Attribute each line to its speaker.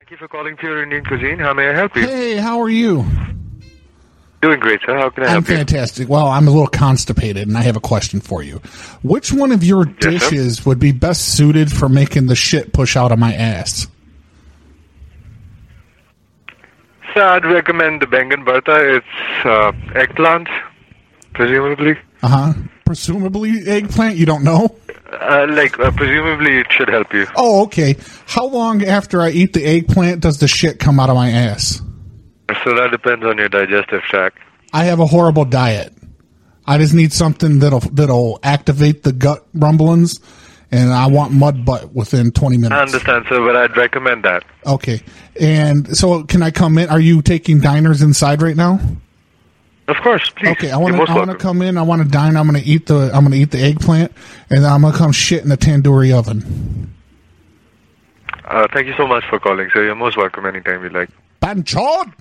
Speaker 1: Thank you for calling Pure Indian Cuisine. How may I help you?
Speaker 2: Hey, how are you?
Speaker 1: Doing great, sir. How can I
Speaker 2: I'm
Speaker 1: help you?
Speaker 2: fantastic. Well, I'm a little constipated, and I have a question for you. Which one of your
Speaker 1: sir.
Speaker 2: dishes would be best suited for making the shit push out of my ass?
Speaker 1: Sir, I'd recommend the Bengan Bertha. It's uh, eggplant, presumably.
Speaker 2: Uh huh. Presumably eggplant. You don't know.
Speaker 1: Uh, like, uh, presumably it should help you.
Speaker 2: Oh, okay. How long after I eat the eggplant does the shit come out of my ass?
Speaker 1: So that depends on your digestive tract.
Speaker 2: I have a horrible diet. I just need something that'll that'll activate the gut rumblings, and I want mud butt within twenty
Speaker 1: I
Speaker 2: minutes.
Speaker 1: understand, sir, but I'd recommend that.
Speaker 2: Okay. And so, can I come in? Are you taking diners inside right now?
Speaker 1: Of course, please.
Speaker 2: Okay, I
Speaker 1: You're
Speaker 2: want
Speaker 1: most
Speaker 2: to. I want to
Speaker 1: welcome.
Speaker 2: come in. I want to dine. I'm going to eat the. I'm going to eat the eggplant, and then I'm going to come shit in the tandoori oven.
Speaker 1: Uh, thank you so much for calling, sir. You're most welcome anytime you like.
Speaker 2: Banchod.